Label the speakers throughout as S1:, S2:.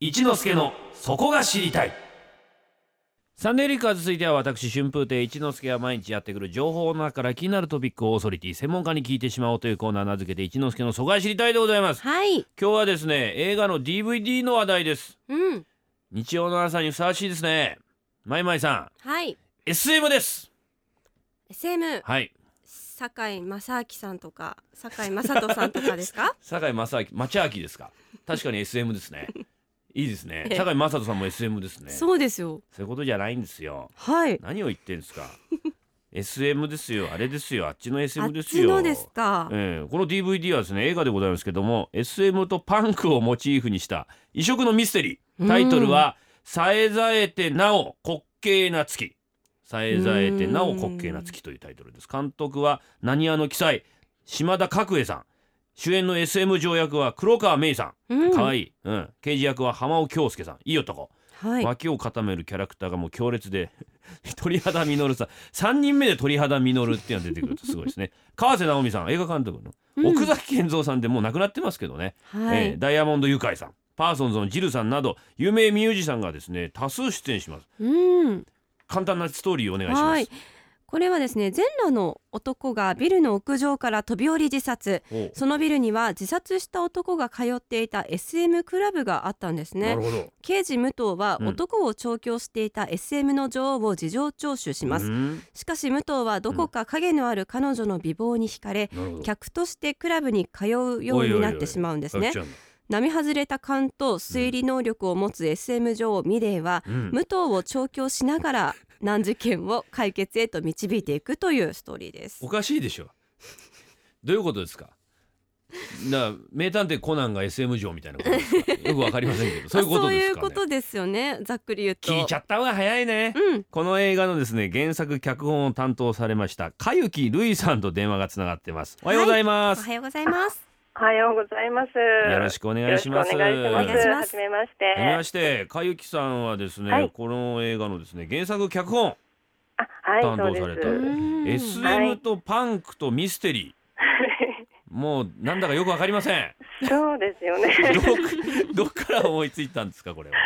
S1: 一之助のそこが知りたいサンデーリッカーズ続いては私春風亭一之輔が毎日やってくる情報の中から気になるトピックをオーソリティ専門家に聞いてしまおうというコーナー名付けて一之輔の疎外知りたいでございます
S2: はい。
S1: 今日はですね映画の DVD の話題です
S2: うん。
S1: 日曜の朝にふさわしいですねまいまいさ
S2: はい。
S1: ん SM です
S2: SM
S1: はい？
S2: 堺正明さんとか堺雅人さんとかですか
S1: 坂井正明町明ですか確かに SM ですねいいですね
S2: ええ
S1: 坂井正人さんも SM です ねそう
S2: そうですよ。
S1: いうことじゃないんですよ
S2: はい。
S1: 何を言ってんですか SM ですよあれですよあっちの
S2: あ
S1: SM
S2: っ
S1: です
S2: ち
S1: よ
S2: のですか。
S1: ええこの DVD はですね映画でございますけども SM とパンクをモチーフにした異色のミステリータイトルは「さえざえてなお滑稽な月」「さえざえてなお滑稽な月」というタイトルです監督は何屋の記載島田角栄さん主演の SM 条役は黒川芽衣さ
S2: うん
S1: ん可愛いうん、刑事役は浜尾京介さんいい男
S2: はい。
S1: 脇を固めるキャラクターがもう強烈で 鳥肌実さん3人目で鳥肌実っていうのが出てくるとすごい ですね川瀬直美さん映画監督の、
S2: うん
S1: 奥崎健三さんでもう亡くなってますけどね、
S2: は
S1: えー
S2: い。
S1: ダイヤモンドユカイさんパーソンズのジルさんなど有名ミュージシャンがですね多数出演します
S2: うん。
S1: 簡単なストーリーをお願いしま
S2: は
S1: す
S2: い。これはですね、全裸の男がビルの屋上から飛び降り自殺。
S1: おう
S2: そのビルには自殺した男が通っていた SM クラブがあったんです
S1: な
S2: ね
S1: る。ほど
S2: 刑事武藤は
S1: うん
S2: 男を調教していた SM の女王を事情聴取します。
S1: うん
S2: しかし武藤はどこか影のある彼女の美貌に惹かれ
S1: なるほど
S2: 客としてクラブに通うようになってしまうんですね
S1: あ来ちゃうんだ
S2: 並外れた勘と推理能力を持つ SM 女王ミレイは
S1: うん
S2: 武藤を調教しながら難事件を解決へと導いていくというストーリーです
S1: おかしいでしょ どういうことですかな名探偵コナンが SM 嬢みたいなことですかよくわかりませんけどそういうこと
S2: あそう
S1: で
S2: い
S1: す
S2: う
S1: か
S2: こ
S1: ね
S2: とですよねざっくり言うと
S1: 聞いちゃった方が早いね、
S2: うん
S1: この映画のですね原作脚本を担当されましたかゆきるいさんと電話がつながってますおはようございま
S2: お
S1: す、
S2: はようございます
S3: おはようございます。
S1: よろしくお願いします
S3: よろしくお願いし
S2: お願いし
S3: ま
S2: ます
S3: す。はじめまし
S1: はじめま
S3: て。
S1: してかゆきさんはですね、
S3: はい
S1: この映画のですね原作脚本、
S3: あ、はい、
S1: 担
S3: そ
S1: 当
S3: うで
S1: さ
S3: す
S1: れ。た
S2: うーん
S1: SM とパンクとミステリーもうなんだかよくわかりませ ん
S3: そうですよね。
S1: ど っどっから思いついたんですかこれは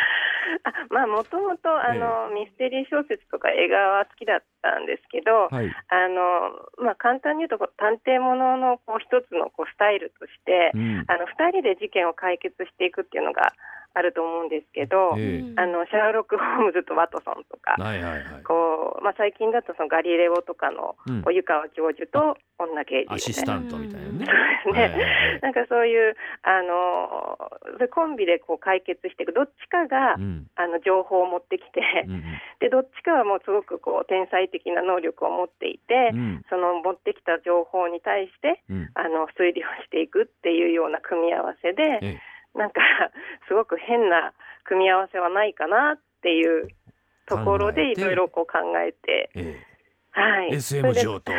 S3: あ、まあ、もともと、あの、ミステリー小説とか映画は好きだったんですけど。
S1: はい、
S3: あの、まあ、簡単に言うと、こう探偵ものの、こう、一つの、こう、スタイルとして
S1: う。ん
S3: あの、二人で事件を解決していくっていうのがあると思うんですけど。
S1: え
S3: あの、シャーロックホームズとワトソンとか
S1: え。はいはいはい
S3: こう、まあ、最近だと、そのガリレオとかの、
S1: うん
S3: こう湯川教授と女刑事みたいな。
S1: アシスタントみたいなね
S3: そうです
S1: はいは
S3: ね。
S1: いはい
S3: なんかそういう、あのーそういうコンビでこう解決していく、どっちかが、
S1: うん
S3: あの情報を持ってきて、
S1: うん
S3: でどっちかはもうすごくこう天才的な能力を持っていて、
S1: うん
S3: その持ってきた情報に対して
S1: うん
S3: あの推理をしていくっていうような組み合わせで、
S1: え
S3: なんかすごく変な組み合わせはないかなっていうところ
S1: 考え
S3: でい
S1: て
S3: ろいろこう考えて、
S1: ええ
S3: はい、
S1: え SM 上と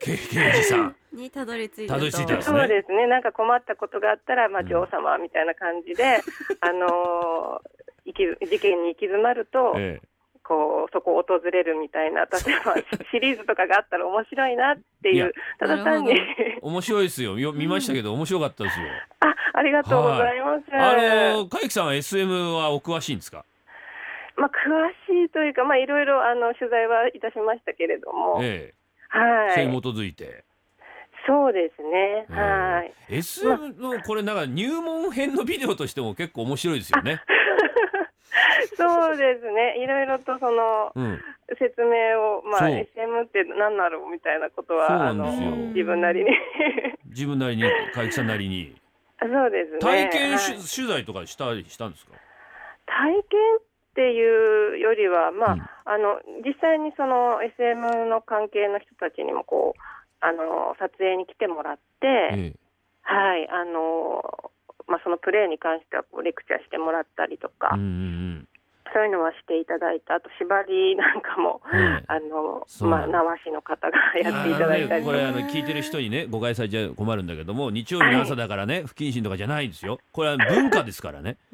S1: け刑事さ ん
S2: にたどり着い
S1: たどり着いたんですね
S3: そうですね。なんか困ったことがあったら、まあ、
S1: うん
S3: 女王様みたいな感 じで、あのー行き事件に行き詰まると、
S1: え
S3: こう、そこを訪れるみたいな、例えばシリーズとかがあったら面白いなって
S1: い
S3: い
S1: や
S3: う、ただ単
S2: な、
S3: に
S1: え、面白いですよよ見ましたけど面白かったですよ、
S3: あ、ありがとうございます。
S1: あのかゆきさんは SM はお詳しいんですか
S3: まあ、詳しいというか、まあ、いろいろ、あの、取材はいたしましたけれども、
S1: ええ、
S3: は
S1: それに
S3: い。
S1: 基づいて、
S3: そうですね。
S1: ええ
S3: はい。
S1: SM のこれなんか入門編のビデオとしても結構面白いですよ ね、
S3: そうですね。いろいろと、その、
S1: うん、
S3: 説明を、まあ、
S1: そう
S3: SM って何なのみたいなこと
S1: そう
S3: は
S1: な
S3: あ
S1: んですよ
S3: の自分なりに
S1: 自分なりにかゆきさんなりに
S3: そうですね
S1: 体験、
S3: はい
S1: し取材とかしたりしたんですか
S3: 体験っていうよりは、まあ
S1: うん
S3: あの実際にその SM の関係の人たちにもこうあの撮影に来てもらって、
S1: え
S3: はいあのまあ、そのプレーに関してはこうレクチャーしてもらったりとか、
S1: え、うんうん
S3: そういうのはしていただいたあと縛りなんかも、
S1: うんはい
S3: あの
S1: そう
S3: まあ、縄師の方がやっていただいた
S1: あのね
S3: りと
S1: こ
S3: か
S1: れあの聞いてる人にね誤解されちゃ困るんだけども日曜日の朝だからね不謹慎とかじゃないですよこれは文化ですからね
S3: す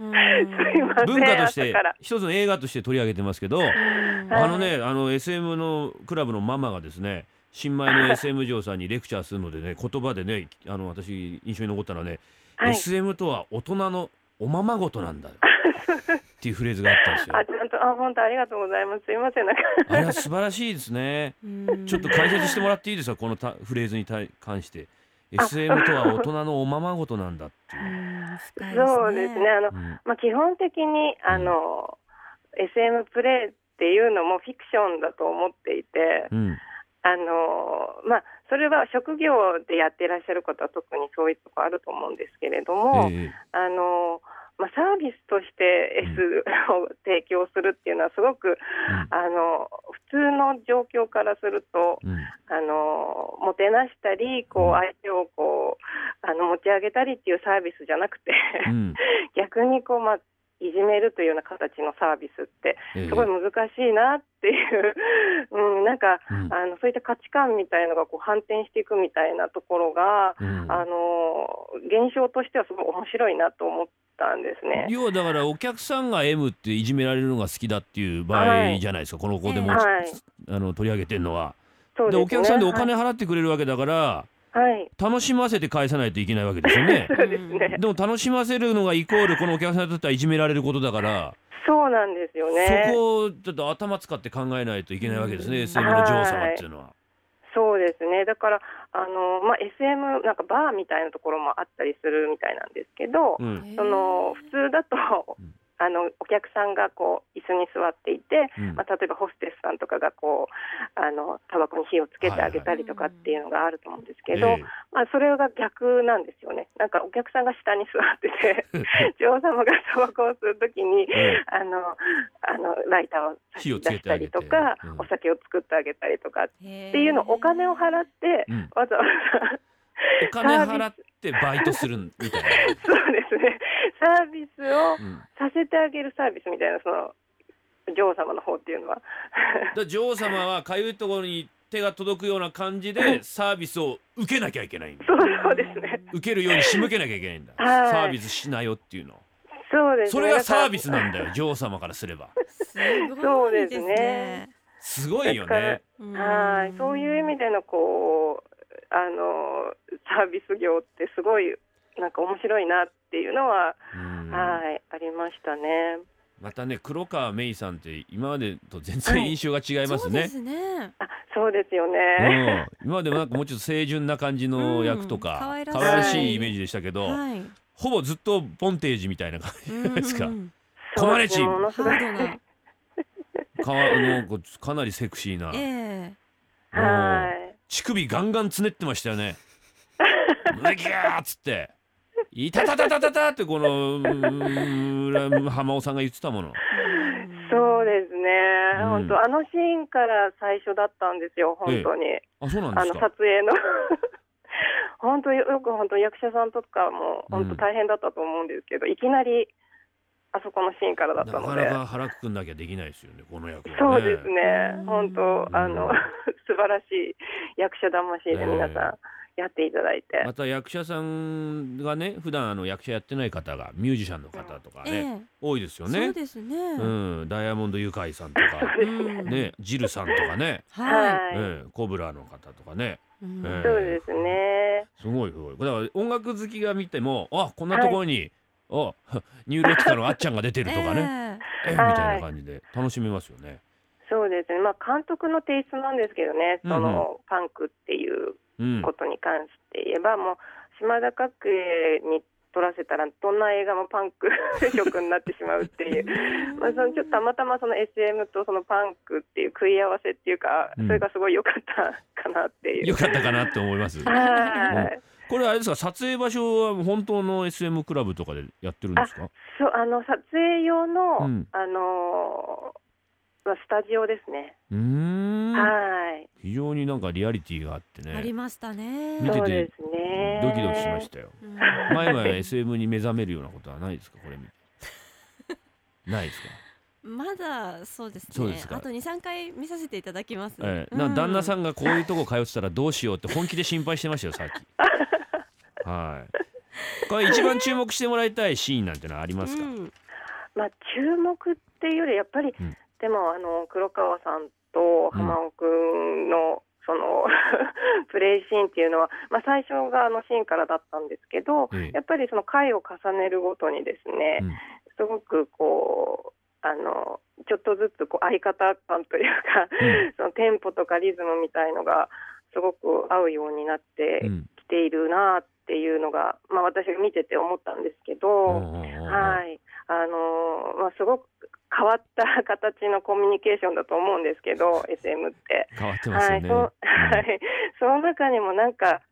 S3: いませ ん
S1: 文化として
S3: 朝から
S1: 一つの映画として取り上げてますけどあのねあの SM のクラブのママがですね新米の SM 嬢さんにレクチャーするのでね言葉でねあの私印象に残ったのはね、
S3: はい
S1: SM とは大人のおままごとなんだ よっていうフレーズがあったんですよ
S3: あ、ちゃんと、あ、本当ありがとうございます。すいません、なんか。
S1: あれは素晴らしいですね
S2: うん
S1: ちょっと解説してもらっていいですかこのたフレーズに対関して SM とは大人のおままごとなんだって
S2: う
S1: いう、
S2: ん深い
S3: そうですね。あの、
S1: うん
S3: まあ、基本的に、あの、SM プレイっていうのもフィクションだと思っていて、
S1: うん
S3: あの、まあ、それは職業でやっていらっしゃる方は特にそういうとこあると思うんですけれども、
S1: ええ
S3: あの、まあ、サービスとして S を提供するっていうのはすごく、あの、普通の状況からすると、
S1: うんうん
S3: あのもてなしたりこう相手をこうあの持ち上げたりっていうサービスじゃなくて、
S1: うん
S3: 逆にこう、まあ、いじめるというような形のサービスって
S1: ええ
S3: すごい難しいなっていう、うん、 なんか
S1: うん
S3: あのそういった価値観みたいのがこう反転していくみたいなところが、
S1: うん
S3: あの現象としてはすごい面白いなと思ったんですね。
S1: 要はだからお客さんが M っていじめられるのが好きだっていう場合じゃないですか、この子でも、
S3: はい
S1: あの取り上げてるのは。
S3: そう
S1: で
S3: ですね
S1: お客さんでお金払ってくれるわけだから、
S3: はい、はい
S1: 楽しませて返さないといけないわけですよね。
S3: そうです ね。
S1: でも楽しませるのがイコールこのお客さんにとってはいじめられることだから、
S3: そうなんですよね。
S1: そこをちょっと頭使って考えないといけないわけですね、
S2: うん
S1: SM の女王様っていうのは。
S3: そうですね。だからあのまあ SM なんかバーみたいなところもあったりするみたいなんですけど、
S1: うん
S3: その普通だと
S1: うん。
S3: あのお客さんがこう椅子に座っていて、
S1: うん
S3: まあ、例えばホステスさんとかがこうあのタバコに火をつけてあげたりとかっていうのがあると思うんですけど、
S1: え
S3: まあ、それが逆なんですよねなんかお客さんが下に座ってて 女王様がタバコを吸う時に
S1: ええ
S3: あのあのライターを差し出したりと
S1: 火をつ
S3: か
S1: けてあげてうん
S3: お酒を作ってあげたりとか
S2: っ
S3: っていうのをお金を払っ
S1: え
S3: て
S1: うん
S3: わざわざ
S1: お金払ってバイトするみたいな。
S3: そうですねサービスを
S1: うん
S3: させてあげるサービスみたいなその女王様の方っていうのは
S1: だから女王様はかゆいところに手が届くような感じでサービスを受けなきゃいけないんだ
S3: そうそうですね
S1: 受けるように仕向けなきゃいけないんだ、
S3: はい
S1: サービスしなよっていうの
S3: そうですね
S1: それがサービス
S3: だか
S1: なんだよ女王様からすれば
S2: そうですね。
S1: すごいよ
S3: だから
S1: ね
S3: らはいそういう意味でのこうあのサービス業ってすごいなんか面白いなっていうのは、
S1: うん
S3: はいありましたね
S1: またね黒川芽衣さんって今までと全然印象が違いますね、
S2: そうですね。
S3: あそうですよ
S1: う
S3: ね、
S1: ん、今までもなんかもうちょっと清純な感じの役と
S2: うん
S1: か、
S2: 可愛らしい
S1: 可愛らしいイメージでしたけど、
S2: はい。
S1: ほぼずっとボンテージみたいな感じですか
S2: うんうんうん
S3: そう
S1: コマネチ
S3: ものす
S2: ハ
S3: ごい
S2: ードな。
S1: か なんかかなりセクシーな、
S2: ええ。
S1: うん
S3: はい
S1: 乳首ガンガンつねってましたよね。うぎゃーっつって。いたたたたたたってこのうーん浜尾さんが言ってたもの。
S3: そうですね、
S1: うん
S3: 本当あのシーンから最初だったんですよ本当に、
S1: あそうなんで
S3: あ
S1: す
S3: の
S1: か
S3: 撮。影の 本当よく本当役者さんとかも本当大変だったと思うんですけど、いきなりあそこのシーンからだ
S1: な
S3: ったの
S1: か
S3: で
S1: なか腹くくんなきゃできないですよねこの役はね。
S3: そうですね
S2: うん
S3: 本当あの、
S1: うん
S3: 素晴らしい役者魂で皆さん
S1: え
S3: やっていただいて、
S1: また役者さんがね普段あの役者やってない方がミュージシャンの方とか
S2: え
S1: ね、
S2: え。
S1: 多いですよ
S2: そう
S1: ね。
S2: ですね。
S1: うんダイヤモンドユカイさんとか
S2: うん
S1: ねジルさんとかね、
S2: は
S3: はい、
S1: うんコブラの方とかね。
S2: い。うん
S1: ええ
S3: そうですね
S1: すごいすごい。だから音楽好きが見ても、あこんなところに、あ ニューロティカのあっちゃんが出てるとか ね、
S2: ええ
S1: えみ
S3: はい
S1: たいな感じで楽しめますよね。
S3: そうですねまあ監督のテイストなんですけどねその、パンクっていう
S1: うん。
S3: ことに関して言えば、もう島田角栄に撮らせたらどんな映画もパンク色になってしまうっ ていう。まあ、そのちょっとたまたまその SM とそのパンクっていう食い合わせっていうか、
S1: うん
S3: それがすごい良かったかなってい
S1: よ
S3: う。
S1: かったかなって思います。
S3: はい、
S1: これあれですか、撮影場所は本当の SM クラブとかでやってるんですか。
S3: そうあの撮影用の、
S1: うん
S3: あのーまあスタジオですね。
S1: うーん。
S3: はい、
S1: 非常になんかリアリティがあって
S2: あり
S1: ね、
S2: ましたね。
S1: 見て
S3: そう
S1: て
S3: ですね。
S1: ドキドキしましたよ。
S2: うん
S1: 前々 SM に目覚めるようなことはないですか、これ見て。ないですか。
S2: まだそうですね。
S1: そうですか
S2: あと二三回見させていただきます。
S1: ええ、な旦那さ
S2: ん。
S1: んがこういうとこ通ってたらどうしようって本気で心配してましたよさっ きはいこれ一番注目してもらいたいシーンなんてのはありますか、
S2: うん
S3: まあ、注目っていうよりやっぱり、
S1: うん
S3: でもあの黒川さんと浜尾君のその プレイシーンっていうのは、まあ、最初があのシーンからだったんですけど、
S1: ええ
S3: やっぱりその回を重ねるごとにですね、
S1: うん
S3: すごくこうあのちょっとずつこう相方感というか、そのテンポとかリズムみたいのがすごく合うようになって
S1: うん
S3: きているなっていうのが、まあ、私が見てて思ったんですけ
S1: うん
S3: ど、
S1: うんうんうん
S3: はいあのまあ、すごく変わった形のコミュニケーションだと思うんです けど SM って。
S1: 変わってます
S3: は
S1: よ
S3: い、
S1: ね。
S3: そはい、その中にもなんか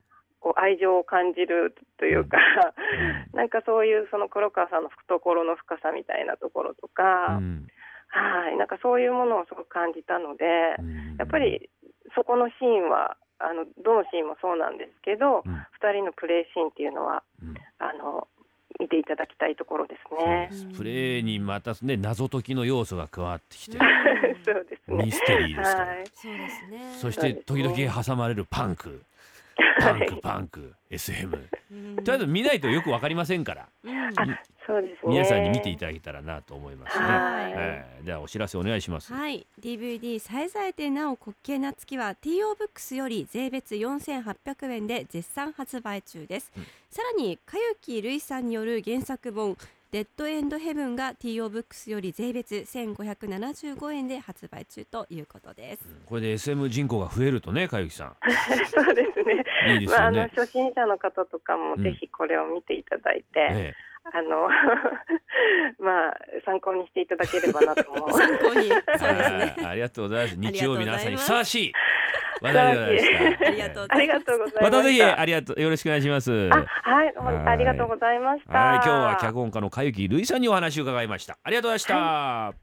S3: こう愛情を感じるというか、なんかそういうその黒川さんの懐の深さみたいなところとか、
S1: うん
S3: はい、なんかそういうものをすごく感じたので、
S1: うん
S3: やっぱりそこのシーンはあのどのシーンもそうなんですけど、
S1: うん
S3: 二人のプレーシーンっていうのは
S1: うん
S3: あの見ていただきたいところですね。
S1: そうですプレーにまたね謎解きの要素が加わってき て
S3: そうですね
S1: ミ。ステリーですから、
S3: はい。
S2: そうですね
S1: そし
S3: そう
S1: て
S3: です
S1: 時
S3: ね
S1: 々挟まれるパンクパン
S3: は
S1: ク
S3: い
S1: パンク SM
S2: うん
S1: とりあえず見ないとよくわかりませんから
S2: うん
S3: あそうですね。
S1: 皆さんに見ていただけたらなと思いますね、
S3: はい
S1: えーではお知らせお願いします、
S2: はい、DVD さえざえてなお滑稽な月は TO ブックスより税別4800円で絶賛発売中です、
S1: うん
S2: さらにかゆきるいさんによる原作本デッドエンドヘブンが TO ブックスより税別1575円で発売中ということです、
S1: これで SM 人口が増えるとねかゆきさ
S3: そうですね。
S1: んいいです
S3: まあ、
S1: よ
S3: あの
S1: ね、
S3: 初心者の方とかもぜひこれを見ていただいて、
S1: え
S3: あの まあ参考にしていただければなと 思う。
S2: 参考にそう
S1: え
S2: ですね
S1: はいありがとうございます日曜日の朝に
S2: ありがとうございます
S1: ふさわしい話題でございました
S2: ありがとうござい
S3: ありがとうございました。
S1: またぜひありがとうよろしくお願いします
S3: あはい、どう
S1: はい
S3: もありがとうございました。
S1: はい、今日は脚本家のかゆきるいさんにお話を伺いました。ありがとうございました。